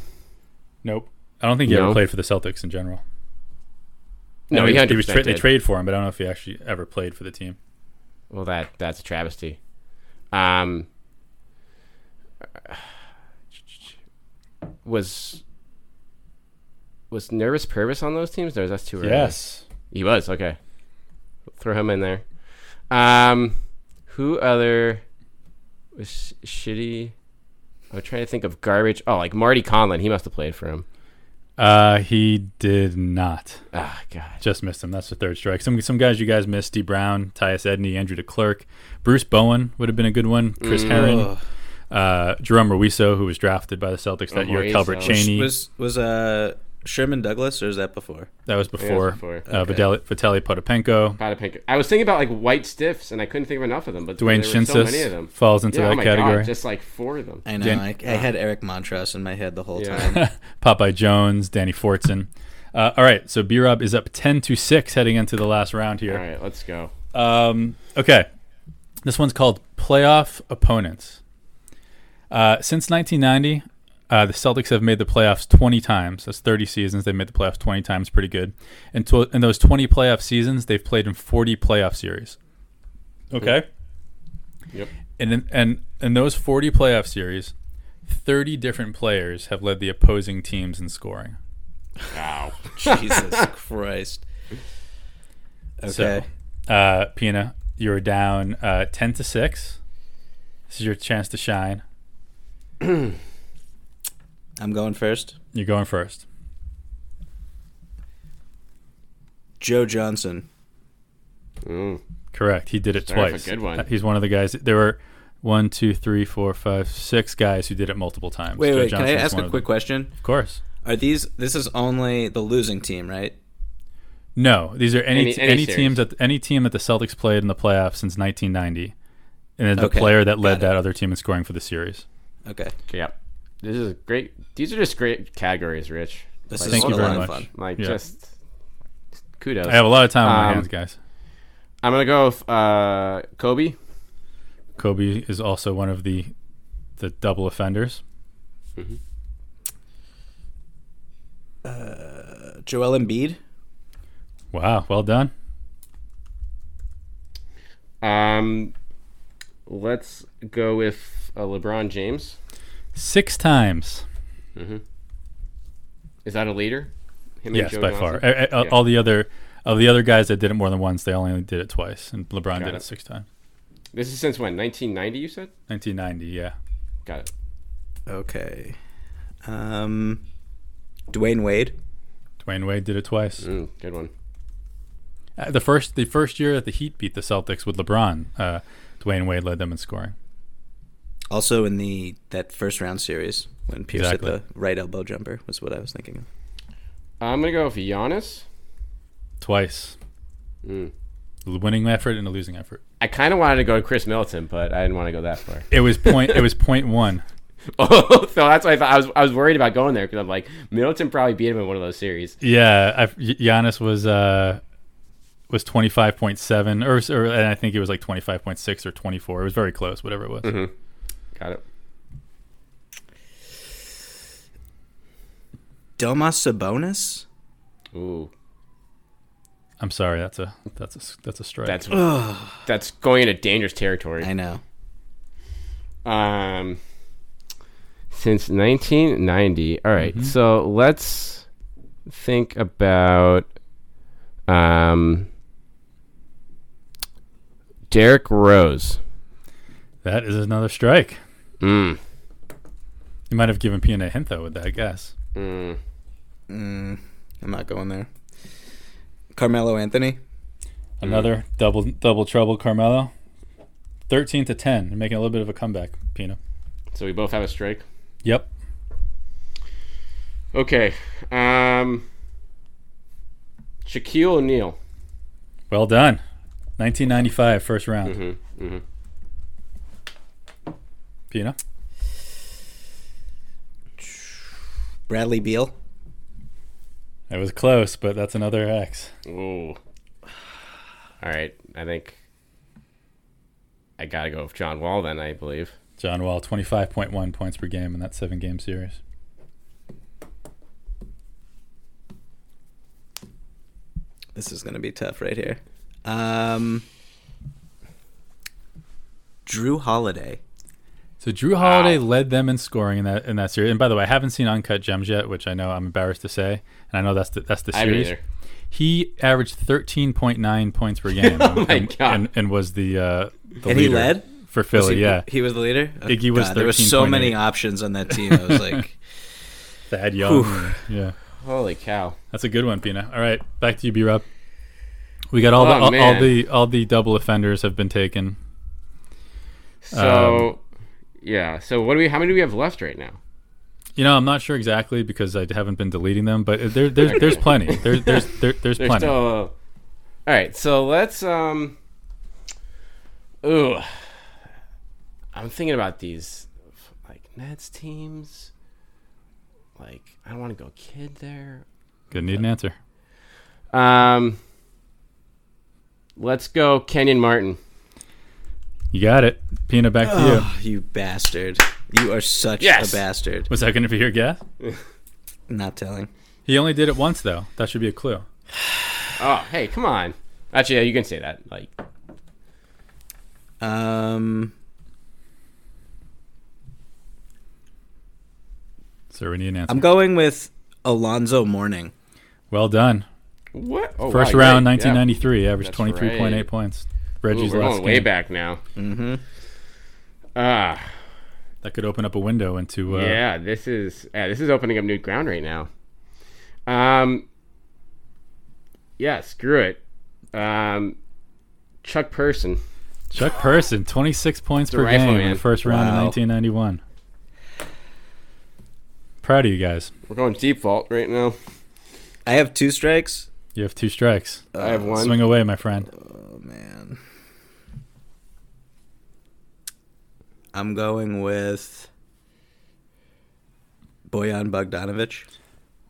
S2: Nope. I don't think he ever
S4: No.
S2: played for the Celtics in general.
S4: No,
S2: I
S4: he
S2: mean,
S4: hundred
S2: was tra-
S4: percent
S2: they
S4: did.
S2: traded for him, but I don't know if he actually ever played for the team.
S4: well, that that's a travesty. Um, was was Nervous Purvis on those teams? No, that's too early.
S2: Yes.
S4: He was okay. Throw him in there. Um, who other was sh- shitty? I'm trying to think of garbage. Oh, like Marty Conlon. He must have played for him.
S2: Uh, he did not.
S4: Ah, God.
S2: Just missed him. That's the third strike. Some some guys you guys missed: D. Brown, Tyus Edney, Andrew DeClerc, Bruce Bowen would have been a good one.
S4: Mm.
S2: Chris Herron, uh, Jerome Ruiso, who was drafted by the Celtics that year.
S4: Ruiz,
S2: Calvert
S4: uh,
S2: Cheney.
S3: Was was uh Sherman Douglas, or is that before?
S2: that was before.
S4: before.
S2: Uh, Vitali, Vitali Potapenko.
S4: Potapinka. I was thinking about like white stiffs, and I couldn't think of enough of them. But
S2: Dwayne
S4: there were so many of
S2: Shinsis
S4: them.
S2: falls into
S4: Yeah,
S2: that
S4: oh my
S2: category.
S4: God, just like four of them.
S3: I know.
S2: Dan-
S3: I, I had Eric Montross in my head the whole
S4: Yeah.
S3: time.
S2: [laughs]
S3: [laughs]
S2: Popeye Jones, Danny Fortson. Uh, all right, so B Rob is up 10 to 6 heading into the last round
S4: All
S2: here.
S4: right, let's go.
S2: Um, okay, this one's called Playoff Opponents. Uh, since 1990, uh, the Celtics have made the playoffs 20 times. That's 30 seasons. They've made the playoffs 20 times, pretty good. And tw- in those 20 playoff seasons, they've played in 40 playoff series. Okay?
S4: Yep.
S2: And in, and in those 40 playoff series, 30 different players have led the opposing teams in scoring.
S4: Wow.
S3: Jesus Christ. Okay.
S2: So, uh, Pina, you're down uh, 10 to 6. This is your chance to shine.
S3: I'm going first.
S2: You're going first.
S3: Joe Johnson.
S2: Correct. He did it
S4: Started off a
S2: twice.
S4: good one.
S2: Uh, He's one of the guys. There were one, two, three, four, five, six guys who did it multiple times.
S3: Wait,
S2: Joe
S3: wait. Can I
S2: Johnson was
S3: ask
S2: one
S3: a
S2: of
S3: quick
S2: them.
S3: question?
S2: Of course.
S3: Are these? This is only the losing team, right?
S2: No, these are any
S4: Any-
S2: any,
S4: any series.
S2: teams that any team that the Celtics played in the playoffs since 1990, and then the
S3: Okay,
S2: player that led
S3: got it.
S2: that other team in scoring for the series.
S3: Okay.
S4: Yeah, this is great. These are just great categories, Rich.
S3: This is
S2: Thank you
S3: a
S2: very
S3: lot
S2: much.
S3: of fun.
S4: Like
S2: Yeah.
S4: just kudos.
S2: I have a lot of time on my
S4: Um,
S2: hands, guys.
S4: I'm gonna go with uh, Kobe.
S2: Kobe is also one of the the double offenders.
S3: Joel Embiid.
S2: Wow, well done.
S4: Um, let's go with uh, LeBron James.
S2: Six times.
S4: Is that a leader? Him and
S2: Yes,
S4: Joe
S2: by
S4: Johnson?
S2: far. A- a-
S4: Yeah.
S2: All the other of the other guys that did it more than once, they only did it twice, and LeBron did
S4: it.
S2: it. six times.
S4: This is since when? 1990, you said?
S2: 1990, yeah.
S4: Got it.
S3: Okay. Um, Dwayne Wade.
S2: Dwayne Wade did it twice.
S4: Mm, good one.
S2: Uh, the first the first year that the Heat beat the Celtics with LeBron, uh, Dwayne Wade led them in scoring.
S3: Also in the that first round series when Pierce
S2: Exactly.
S3: hit the right elbow jumper was what I was thinking of.
S4: I'm gonna go with Giannis.
S2: Twice.
S4: Mm.
S2: A winning effort and a losing effort.
S4: I kind of wanted to go to Chris Middleton, but I didn't want to go that far. [laughs]
S2: It was point it was point one.
S4: Oh, so that's why I thought I was I was worried about going there because I'm like Middleton probably beat him in one of those series.
S2: Yeah, I, Giannis was uh, was twenty five point seven, or, or and I think it was like twenty five point six or twenty four. It was very close, whatever it was.
S4: Mm-hmm. Got it.
S3: Domas Sabonis.
S4: Ooh,
S2: I'm sorry, that's a that's a that's a strike.
S4: that's that's going into dangerous territory.
S3: I know.
S4: Um, since 1990. All right, so let's think about um, Derek Rose.
S2: that is another strike.
S4: Mm.
S2: You might have given Pina a hint though with that, I guess.
S4: Mm.
S3: I'm not going there. Carmelo Anthony.
S2: Another double double trouble, Carmelo. Thirteen to ten, and making a little bit of a comeback, Pina.
S4: So we both have a strike.
S2: Yep.
S4: Okay. Um, Shaquille O'Neal.
S2: Well done. 1995, first round. Pina.
S3: Bradley Beal.
S2: It was close, but that's another X.
S4: Ooh. All right. I think I got to go with John Wall then, I believe.
S2: John Wall, 25.1 points per game in that seven game series.
S3: This is gonna be tough right here. Um, Drew Holiday.
S2: So Drew Holiday led them in scoring in that in that series. And by the way, I haven't seen Uncut Gems yet, which I know I'm embarrassed to say, and I know that's the that's the
S4: I haven't
S2: series.
S4: either.
S2: He averaged 13.9 points per
S4: [laughs]
S2: game, and,
S4: Oh my
S2: and,
S4: God.
S2: and was the uh, the
S3: And he
S2: leader
S3: led?
S2: for Philly.
S3: he,
S2: yeah,
S3: he was the leader. Oh,
S2: Iggy was
S3: God, there were so
S2: 13.8.
S3: many options on that team. I was
S2: [laughs]
S3: like,
S2: Thad Young. Yeah,
S4: Holy cow.
S2: that's a good one, Pina. All right, back to you, B Rob. We got all
S4: Oh,
S2: the all, all
S4: man.
S2: the all the double offenders have been taken.
S4: So,
S2: Um,
S4: yeah. So, what do we, how many do we have left right now?
S2: You know, I'm not sure exactly because I haven't been deleting them, but there, there, there's plenty. There, there's there, there's
S4: There's
S2: plenty.
S4: still. uh, All right. So, let's, um, ooh. I'm thinking about these, like, Nets teams. Like, I don't want to go kid there.
S2: Gonna need an answer.
S4: Um, let's go Kenyon Martin.
S2: You got it. Peanut, back to you.
S3: oh, you bastard. You are such
S4: Yes.
S3: a bastard.
S2: Was that going to be your guess?
S3: Not telling.
S2: He only did it once, though. That should be a clue.
S4: Oh, hey, come on. Actually, yeah, you can say that. Like,
S3: Um,
S2: So we need an answer.
S3: I'm going with Alonzo Mourning.
S2: well done.
S4: what? Oh,
S2: First
S4: wow, you're
S2: round,
S4: right.
S2: 1993, averaged
S4: That's
S2: 23.8
S4: right.
S2: points.
S4: Yeah. Ooh,
S2: Reggie's
S4: we're
S2: last
S4: going way
S2: game.
S4: back now. Mm-hmm. Ah,
S2: That could open up a window into. Uh,
S4: yeah. This is yeah, this is opening up new ground right now. Um, yeah, screw it. Um, Chuck Person.
S2: Chuck Person, 26 points per game
S4: rifleman.
S2: in the first round
S3: Wow.
S2: of 1991. Proud of you guys.
S4: We're going default right now.
S3: I have two strikes.
S2: You have two strikes.
S4: I have one.
S2: Uh, Swing away, my friend.
S3: Man. I'm going with Boyan Bogdanovich.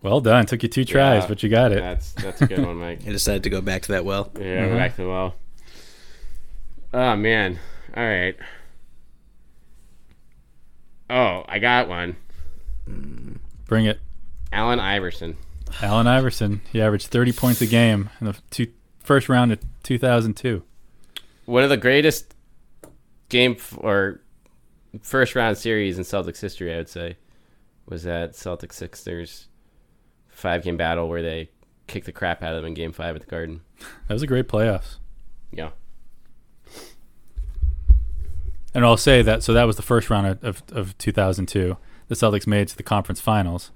S2: Well done. Took you two tries,
S4: Yeah.
S2: but you got it. Mm-hmm.
S4: That's that's a good one,
S2: [laughs]
S4: Mike.
S3: I decided to go back to that well.
S4: Yeah, go back to the well. Oh man. All right. Oh, I got one.
S2: Bring it.
S4: Allen Iverson.
S2: Allen Iverson. He averaged 30 points a game in the two, first round of 2002.
S4: One of the greatest game f- or first round series in Celtics history, I would say, was that Celtics Sixers five game battle where they kicked the crap out of them in game five at the Garden.
S2: That was a great playoffs.
S4: Yeah.
S2: And I'll say that. So that was the first round of, of, of 2002. The Celtics made it to the conference finals.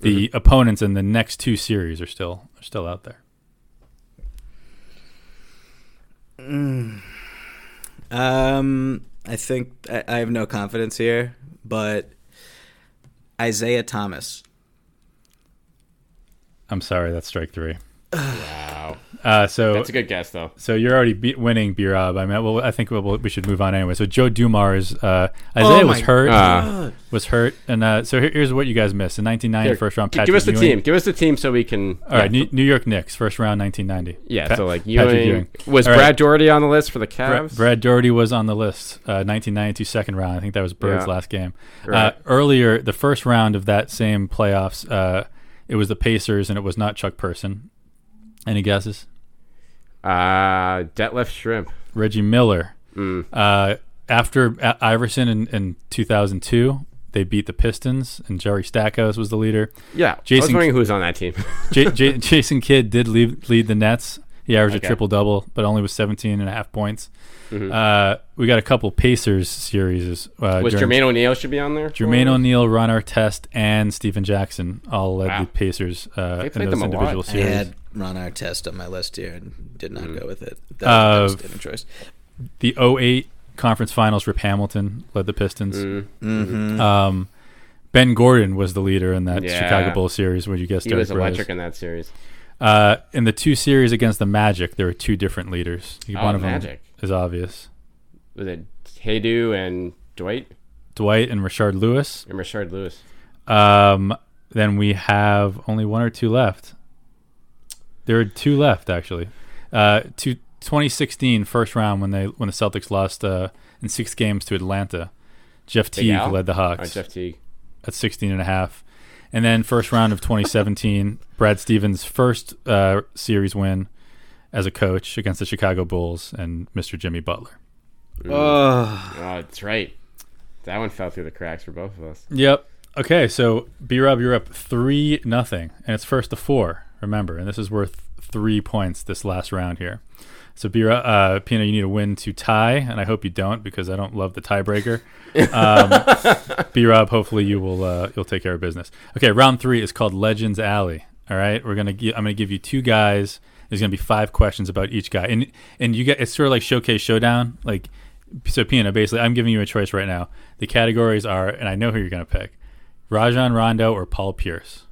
S2: The
S4: Mm-hmm.
S2: opponents in the next two series are still are still out there.
S3: Um, I think I, I have no confidence here, but Isaiah Thomas.
S2: I'm sorry, that's strike
S4: [sighs]
S2: three. Wow. Uh, so
S4: That's a good guess though.
S2: so you're already be- winning, B Rob. I mean, well, I think we'll, we should move on anyway. So Joe Dumars, uh, Isaiah was
S3: my
S2: hurt,
S4: Oh God.
S2: was hurt, and uh, so here, here's what you guys missed: the 1990
S4: Here,
S2: first round.
S4: gi-
S2: Patrick
S4: Give us the
S2: Ewing.
S4: team. Give us the team so we can
S2: All right, New, New York Knicks, first round, 1990.
S4: Yeah,
S2: Pa-
S4: so like Ewing,
S2: Patrick
S4: was
S2: All right.
S4: Brad Doherty on the list for the
S2: Brad,
S4: Cavs?
S2: Brad Doherty was on the list, uh, 1992 second round. I think that was Bird's
S4: Yeah.
S2: last game. Uh,
S4: Right.
S2: earlier, the first round of that same playoffs, uh, it was the Pacers, and it was not Chuck Person. Any guesses?
S4: uh, Detlef Shrimp.
S2: Reggie Miller.
S4: Hmm.
S2: Uh, after I- Iverson in, in 2002, they beat the Pistons, and Jerry Stackhouse was the leader.
S4: Yeah, I was
S2: Jason-
S4: wondering who was on that team. [laughs]
S2: J- J- [laughs] Jason Kidd did lead, lead the Nets. He averaged a
S4: Okay. Mm-hmm.
S2: triple double, but only with 17 and a half points. Uh, we got a couple Pacers series. Uh,
S4: was
S2: during-
S4: Jermaine O'Neal should be on there?
S2: Jermaine O'Neal, Ron Artest, and Stephen Jackson all led
S4: Wow.
S2: the Pacers uh,
S4: They
S2: in
S4: played
S2: those
S4: them a lot.
S2: individual
S3: I
S2: series.
S3: had Ron Artest on my list here and did not go with it. That,
S2: Uh,
S3: that was a different choice.
S2: The 08 conference finals, Rip Hamilton led the Pistons.
S4: Mm-hmm.
S2: Um, ben Gordon was the leader in that
S4: Yeah.
S2: Chicago Bulls series where you guessed
S4: He
S2: Derrick
S4: was
S2: Rose.
S4: electric in that series.
S2: Uh, in the two series against the Magic, there were two different leaders. One
S4: Oh,
S2: of them
S4: Magic.
S2: is obvious.
S4: Was it Haydu and Dwight
S2: Dwight and Richard Lewis.
S4: and Richard Lewis?
S2: Um, then we have only one or two left. There are two left actually. Uh, to 2016 first round when they when the Celtics lost uh, in six games to Atlanta. Jeff
S4: Big
S2: Teague
S4: Al?
S2: led the
S4: Oh,
S2: Hawks
S4: Jeff Teague.
S2: at 16 and a half. And then first round of 2017, [laughs] Brad Stevens' first uh, series win as a coach against the Chicago Bulls and Mr. Jimmy Butler.
S3: Oh,
S4: Oh, that's right. That one fell through the cracks for both of us.
S2: Yep. Okay, so B Rob, you're up three nothing, and it's first to four. Remember, and this is worth three points this last round here. So B Rob, uh, Pina, you need a win to tie, and I hope you don't because I don't love the tiebreaker. Um, B Rob, hopefully you will uh, you'll take care of business. Okay, round three is called Legends Alley. All right, we're gonna gi- I'm gonna give you two guys. There's gonna be five questions about each guy, and and you get it's sort of like Showcase Showdown, like so Pina, basically, I'm giving you a choice right now. The categories are, and I know who you're going to pick: Rajon Rondo or Paul Pierce.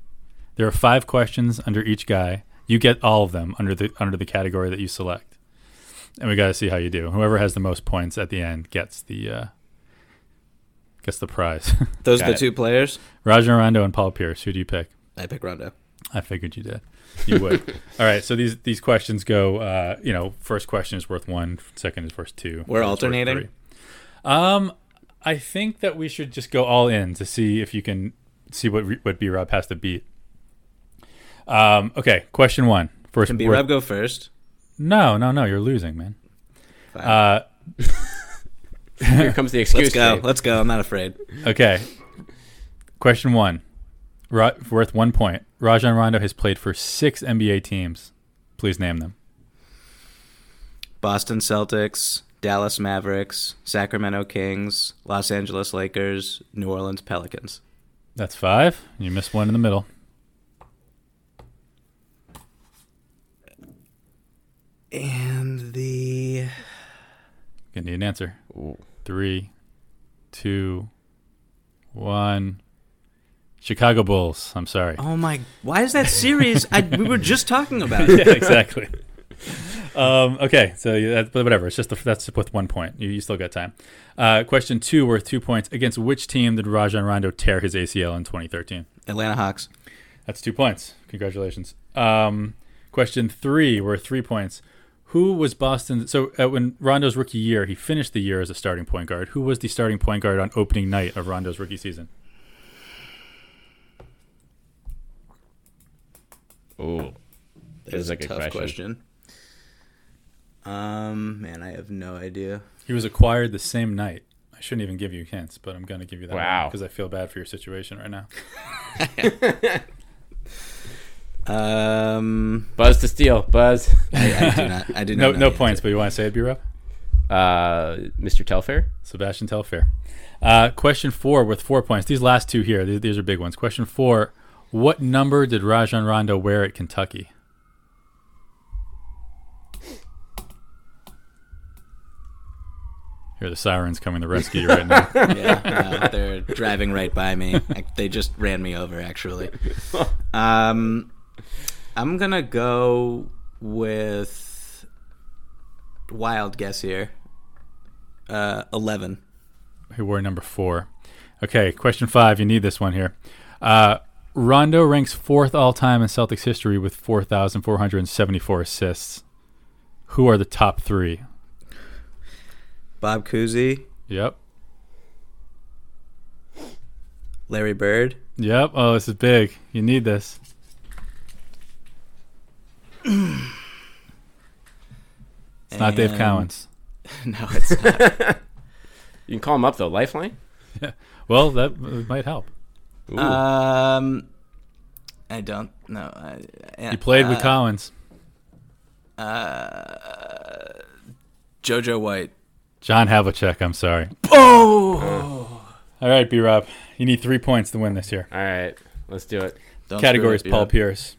S2: There are five questions under each guy. You get all of them under the under the category that you select, and we got to see how you do. Whoever has the most points at the end gets the uh, gets the prize. [laughs]
S3: those are the
S4: it.
S3: two players.
S2: Rajon Rondo and Paul Pierce. Who do you pick?
S3: I pick Rondo.
S2: I figured you did. You
S3: [laughs]
S2: would. all right. So these these questions go. Uh, you know, first question is worth one. Second is worth two.
S3: We're
S2: third's worth
S3: alternating?
S2: three. Um, I think that we should just go all in to see if you can see what re- what B Rob has to beat. Um. Okay. Question one. First.
S3: Can B
S2: worth-
S3: Rob go first?
S2: No, no, no. You're losing, man.
S4: Here comes the excuse.
S3: Let's go.
S4: tape.
S3: Let's go. I'm not afraid.
S2: Okay. Question one. Ro- worth one point. Rajon Rondo has played for six NBA teams. Please name them.
S3: Boston Celtics, Dallas Mavericks, Sacramento Kings, Los Angeles Lakers, New Orleans Pelicans.
S2: That's five. You missed one in the middle.
S3: And the
S2: Gonna need an answer. Three, two, one. Chicago Bulls. I'm [laughs] sorry.
S3: [laughs] oh my, why is that series? I we were just talking about it.
S2: yeah, exactly. Um, okay, so yeah, that, but whatever. It's just the, that's with one point. You, you still got time. Uh, question two worth two points. Against which team did Rajon Rondo tear his ACL in 2013?
S3: Atlanta Hawks.
S2: That's two points. Congratulations. Um, question three worth three points. Who was Boston? So uh, when Rondo's rookie year, he finished the year as a starting point guard. Who was the starting point guard on opening night of Rondo's rookie season?
S4: Oh,
S3: There's
S4: like a
S3: tough
S4: question.
S3: question. Um, man, I have no idea.
S2: He was acquired the same night. I shouldn't even give you hints, but I'm going to give you that
S4: Wow.
S2: because I feel bad for your situation right now.
S3: Um,
S4: Buzz to steal. Buzz. [laughs]
S3: I, I do not.
S2: [laughs]
S3: I do
S2: No,
S3: not. know
S2: no
S3: the
S2: points,
S3: answer.
S2: but you want to say it, B-Rep?
S4: Uh, Mr. Telfair.
S2: Sebastian Telfair. Uh, question four with four points. These last two here, these, these are big ones. Question four: What number did Rajon Rondo wear at Kentucky? Hear the sirens coming to rescue you right now.
S3: Yeah, no, Uh, they're driving right by me. I, they just ran me
S2: [laughs]
S3: over, actually. Um, I'm gonna go with wild guess here. Uh, eleven.
S2: Who wore number four? Okay, question five. You need this one here. Uh, Rondo ranks fourth all time in Celtics history with four thousand four hundred and seventy four assists. Who are the top three?
S3: Bob Cousy,
S2: Yep.
S3: Larry Bird.
S2: Yep. Oh, this is big. You need this. It's not Dave
S3: and-
S2: Cowens.
S3: [laughs] No, it's not.
S4: You can call him up though. Lifeline.
S2: Well, that uh, might help.
S4: Ooh.
S3: um, I don't know. I, I-
S2: He played with Collins.
S3: JoJo White.
S2: John Havlicek, I'm sorry.
S3: Oh,
S2: All right, B Rob. You need three points to win this year.
S4: All right, let's do it.
S3: Don't screw
S2: Categories
S3: it up,
S2: Paul
S3: Bjorn.
S2: Pierce.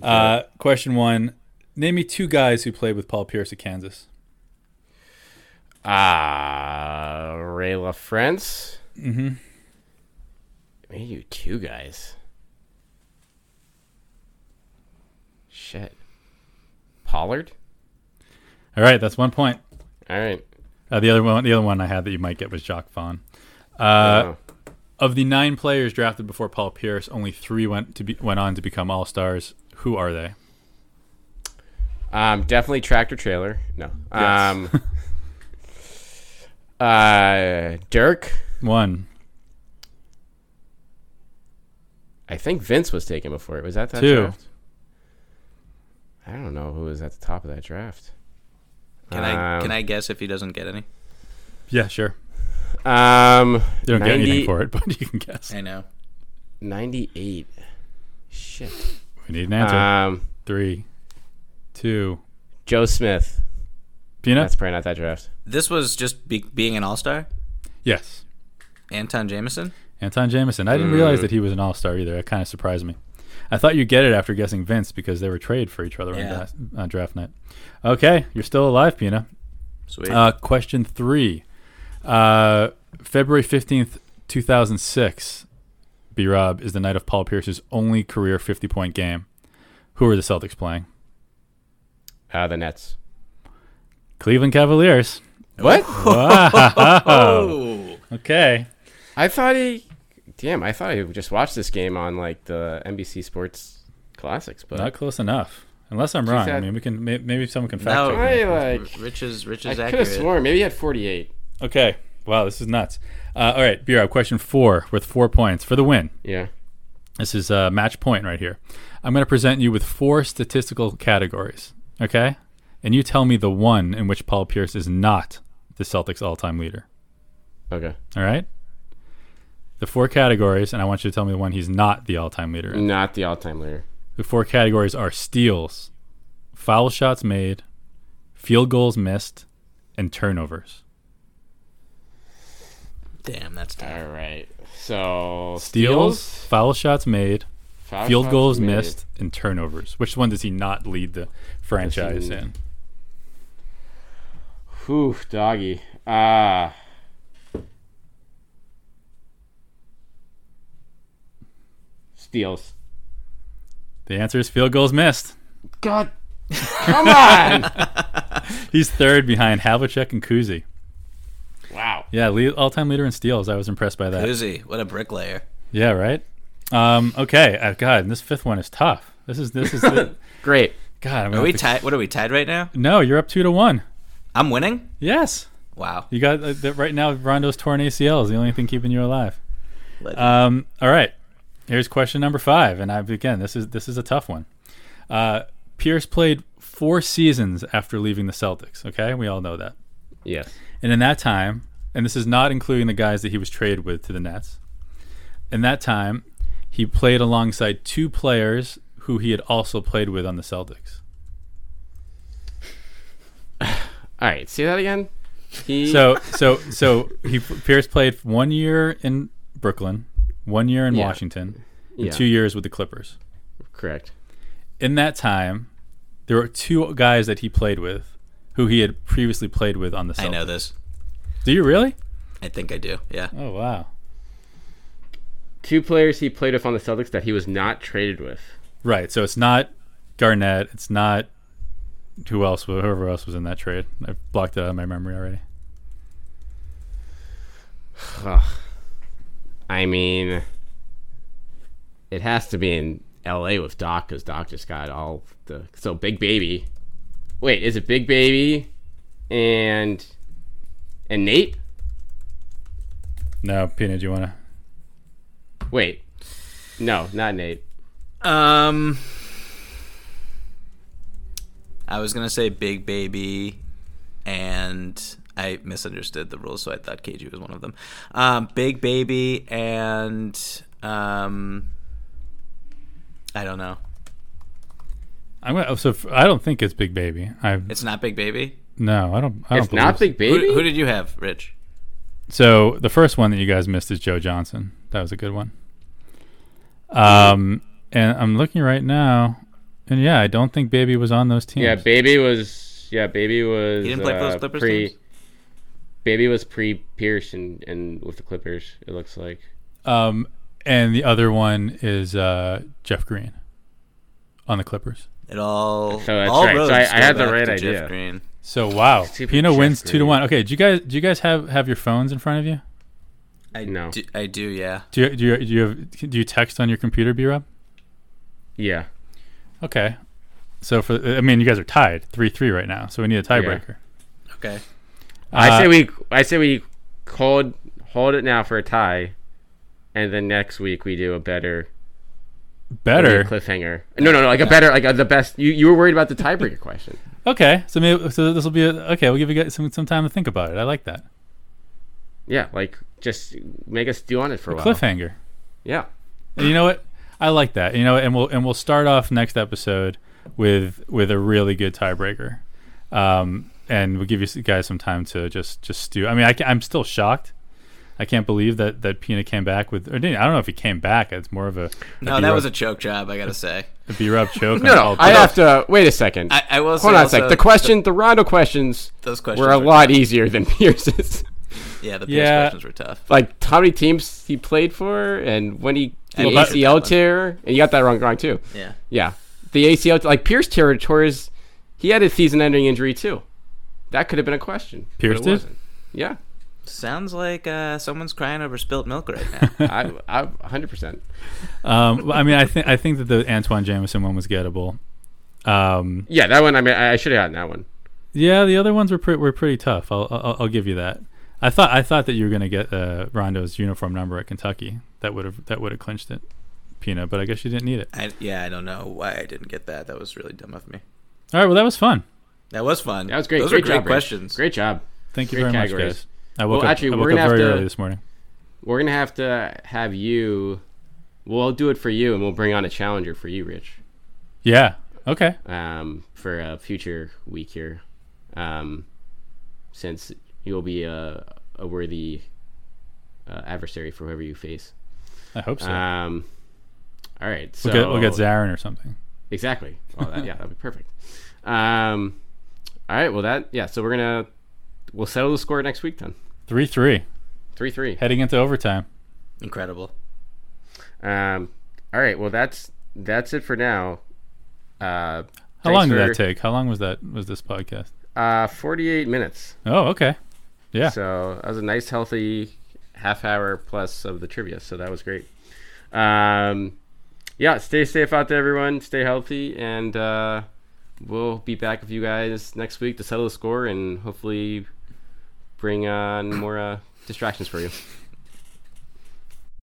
S2: Uh, question one Name me two guys who played with Paul Pierce at Kansas.
S4: Ah, Ray LaFrance. Mm-hmm. Maybe you two guys. Shit. Pollard.
S2: All right, that's one point.
S4: All right.
S2: Uh, the other one, the other one I had that you might get was Jock Vaughn. Uh,
S4: Oh.
S2: Of the nine players drafted before Paul Pierce, only three went to be, went on to become all stars. Who are they?
S4: Um, definitely tractor trailer. No. Um.
S2: [laughs]
S4: uh, Dirk.
S2: One,
S4: I think Vince was taken before it. Was that that
S2: Two.
S4: draft? I don't know who was at the top of that draft.
S3: Can I
S4: Um,
S3: can I guess if he doesn't get any?
S2: Yeah, sure.
S4: Um,
S2: They don't get
S4: 90
S2: anything for it, [laughs] but you can guess.
S3: I know.
S4: 98. Shit.
S2: We need an answer.
S4: Um,
S2: Three, two,
S4: Joe Smith.
S2: peanut.
S4: That's probably not that draft.
S3: This was just be- being an all star.
S2: yes,
S3: Anton Jameson.
S2: Anton Jameson. I didn't realize that he was an All Star either. That kind of surprised me. I thought you'd get it after guessing Vince because they were traded for each other on,
S3: Yeah.
S2: draft, on draft night. Okay, you're still alive, Pina.
S3: Sweet.
S2: Uh, question three. Uh, February 15th, 2006, B Rob, is the night of Paul Pierce's only career 50 point game. Who are the Celtics playing?
S4: Uh, the Nets.
S2: Cleveland Cavaliers.
S4: What?
S3: oh,
S2: Okay.
S4: I thought he. Damn, I thought he just watched this game on like the NBC Sports Classics, but
S2: Not close enough. Unless I'm wrong. I
S4: had-
S2: mean, we can may- maybe someone can fact
S3: No,
S2: check. me.
S4: I like.
S3: Rich is Rich
S4: I
S3: is
S4: could have
S3: accurate.
S4: sworn maybe he had 48.
S2: Okay. Wow, this is nuts. Uh, all right, B Rob, question four with four points for the win.
S4: Yeah.
S2: This is a match point right here. I'm going to present you with four statistical categories, okay? And you tell me the one in which Paul Pierce is not the Celtics all-time leader.
S4: Okay.
S2: All right? The four categories, and I want you to tell me the one he's not the all-time leader in.
S4: Not the all-time leader.
S2: The four categories are steals, foul shots made, field goals missed, and turnovers.
S3: Damn, that's tough.
S4: All right. So
S2: Steals, foul shots made,
S4: foul
S2: field
S4: shots
S2: goals
S4: made.
S2: missed, and turnovers. Which one does he not lead the franchise in?
S4: Whew, doggy. Ah. steals.
S2: The answer is field goals missed.
S4: God Come on!
S2: He's third behind Havlicek and Kuzi.
S4: wow.
S2: Yeah, le- all-time leader in steals. I was impressed by that.
S3: Uzi, what a bricklayer.
S2: Yeah, right. Um, okay, uh, God, and this fifth one is tough. This is this is the,
S4: Great.
S2: God. I'm
S3: Are
S2: gonna
S3: we
S2: have to-
S3: tied? What are we tied right now?
S2: no, you're up two to one.
S3: I'm winning.
S2: Yes,
S3: Wow.
S2: you got uh, that right now. Rondo's torn ACL is the only thing keeping you alive.
S3: Legend.
S2: Um, all right, here's question number five, and I've, again, this is this is a tough one. Uh, Pierce played four seasons after leaving the Celtics. Okay, we all know that.
S4: Yes.
S2: And in that time, and this is not including the guys that he was traded with to the Nets, in that time, he played alongside two players who he had also played with on the Celtics.
S4: All right. See that again? He,
S2: So, so, so he Pierce played one year in Brooklyn, one year in
S4: Yeah.
S2: Washington, and
S4: yeah,
S2: two years with the Clippers.
S4: correct.
S2: In that time, there were two guys that he played with who he had previously played with on the Celtics.
S3: I know this.
S2: Do you really?
S3: I think I do. Yeah.
S2: Oh wow.
S4: Two players he played with on the Celtics that he was not traded with.
S2: Right. So it's not Garnett. It's not who else, wa- whoever else was in that trade. I blocked it out of my memory already.
S4: I mean, it has to be in L.A. with Doc because Doc just got all the so Big Baby. Wait, is it Big Baby and and Nate?
S2: No, Pina, do you want to?
S4: Wait, no, not Nate.
S3: Um, I was gonna say Big Baby, and I misunderstood the rules, so I thought KG was one of them. Um, Big Baby and um, I don't know.
S2: I'm gonna, oh, so f- I don't think it's Big Baby. I
S3: It's not Big Baby.
S2: no, I don't. I don't
S4: It's not
S2: believe
S4: Big
S3: Who,
S4: Baby.
S3: who did you have, Rich?
S2: so. So the first one that you guys missed is Joe Johnson. That was a good one. Um, and I'm looking right now, and yeah, I don't think Baby was on those teams.
S4: yeah, Baby was. Yeah, Baby was.
S3: He didn't play for those
S4: uh,
S3: Clippers
S4: pre,
S3: teams?
S4: Baby was pre Pierce and and with the Clippers. It looks like.
S2: um, and the other one is uh Jeff Green on the Clippers.
S3: It all.
S4: So Oh, that's
S3: all
S4: right. So
S3: roads
S4: I-
S3: go
S4: I had the
S3: back
S4: right
S3: to Jeff
S4: idea.
S3: Green.
S2: So wow,
S4: Stupid
S2: Pino
S4: Jeff
S2: wins two to
S4: Green.
S2: one. Okay, do you guys do you guys have have your phones in front of you?
S3: I
S4: No.
S3: do, I do. Yeah.
S2: Do you do you, do you have do you text on your computer, B Rob?
S4: Yeah.
S2: Okay, so for I mean you guys are tied three three right now, so we need a tiebreaker.
S3: Okay.
S4: I say
S2: Uh,
S4: we I say we hold hold it now for a tie, and then next week we do a better
S2: better.
S4: cliffhanger. No, no, no, like a better like a, the best. You you were worried about the tiebreaker question.
S2: Okay, so maybe so this will be a, okay. We'll give you guys some some time to think about it. I like that
S4: Yeah, like just make us stew on it for a, while.
S2: cliffhanger.
S4: Yeah,
S2: And you know what? I like that. You know, and we'll and we'll start off next episode with with a really good tiebreaker, um, and we'll give you guys some time to just just stew. I mean, I, ca- I'm still shocked. I can't believe that that Pina came back with. Or didn't, I don't know if he came back. It's more of a
S3: No, that was a choke job. I gotta say.
S2: a
S3: [laughs]
S2: B-Rob choke.
S4: no,
S2: on
S4: no.
S2: Paul
S4: I
S2: Pierce.
S4: have to wait a second.
S3: I, I will.
S4: Hold
S3: say
S4: on a
S3: also,
S4: sec. The question, the Rondo questions,
S3: Those questions
S4: were a
S3: were
S4: lot easier than [laughs] Pierce's.
S3: Yeah, the
S2: Yeah.
S3: yeah. questions were tough.
S4: like how many teams he played for, and when he the
S3: Well, that-
S4: ACL tear, and you got that wrong, wrong too.
S3: Yeah.
S4: Yeah. The ACL, like Pierce territories, he had a season ending injury too. That could have been a question. but
S2: Pierce
S4: it
S2: did?
S4: wasn't. Yeah.
S3: Sounds like uh, someone's crying over spilt milk right
S4: [laughs]
S3: now.
S4: I, I, 100%.
S2: Um, I mean, I think I think that the Antoine Jameson one was gettable. Um,
S4: Yeah, that one, I mean, I, I should have gotten that one.
S2: Yeah, the other ones were pretty were pretty tough. I'll, I'll I'll give you that. I thought I thought that you were gonna get uh, Rondo's uniform number at Kentucky. That would have that would have clinched it, Pina. But I guess you didn't need it.
S3: I, yeah, I don't know why I didn't get that. That was really dumb of me.
S2: All right, well that was fun.
S3: That was fun.
S4: That was great.
S3: Those
S4: great
S3: were great
S4: job, Rich.
S3: questions.
S4: Great job.
S2: Thank you
S4: Great
S2: very much,
S4: categories.
S2: guys. I woke
S4: Well,
S2: up,
S4: actually,
S2: I
S4: we're
S2: woke
S4: gonna
S2: up
S4: have
S2: very
S4: to-
S2: early this morning.
S4: We're going to have to have you. We'll do it for you, and we'll bring on a challenger for you, Rich,
S2: Yeah. Okay.
S4: um, for a future week here, um, since you'll be a, a worthy uh, adversary for whoever you face.
S2: I hope so.
S4: Um, all right. So
S2: we'll get we'll get Zarin or something. [laughs]
S4: Exactly. All that, yeah, that'd be perfect. Um, all right. Well, that yeah. So we're gonna we'll settle the score next week then.
S2: Three three
S4: Three three.
S2: heading into overtime.
S3: Incredible.
S4: Um, all right. Well, that's that's it for now. Uh,
S2: How long did
S4: Thanks
S2: that
S4: for-
S2: take? How long was that? Was this podcast?
S4: Uh, 48 minutes.
S2: Oh, okay. Yeah.
S4: So that was a nice, healthy half hour plus of the trivia. So that was great. Um, yeah, stay safe out there, everyone. Stay healthy. And uh, we'll be back with you guys next week to settle the score and hopefully bring on more uh, distractions for you.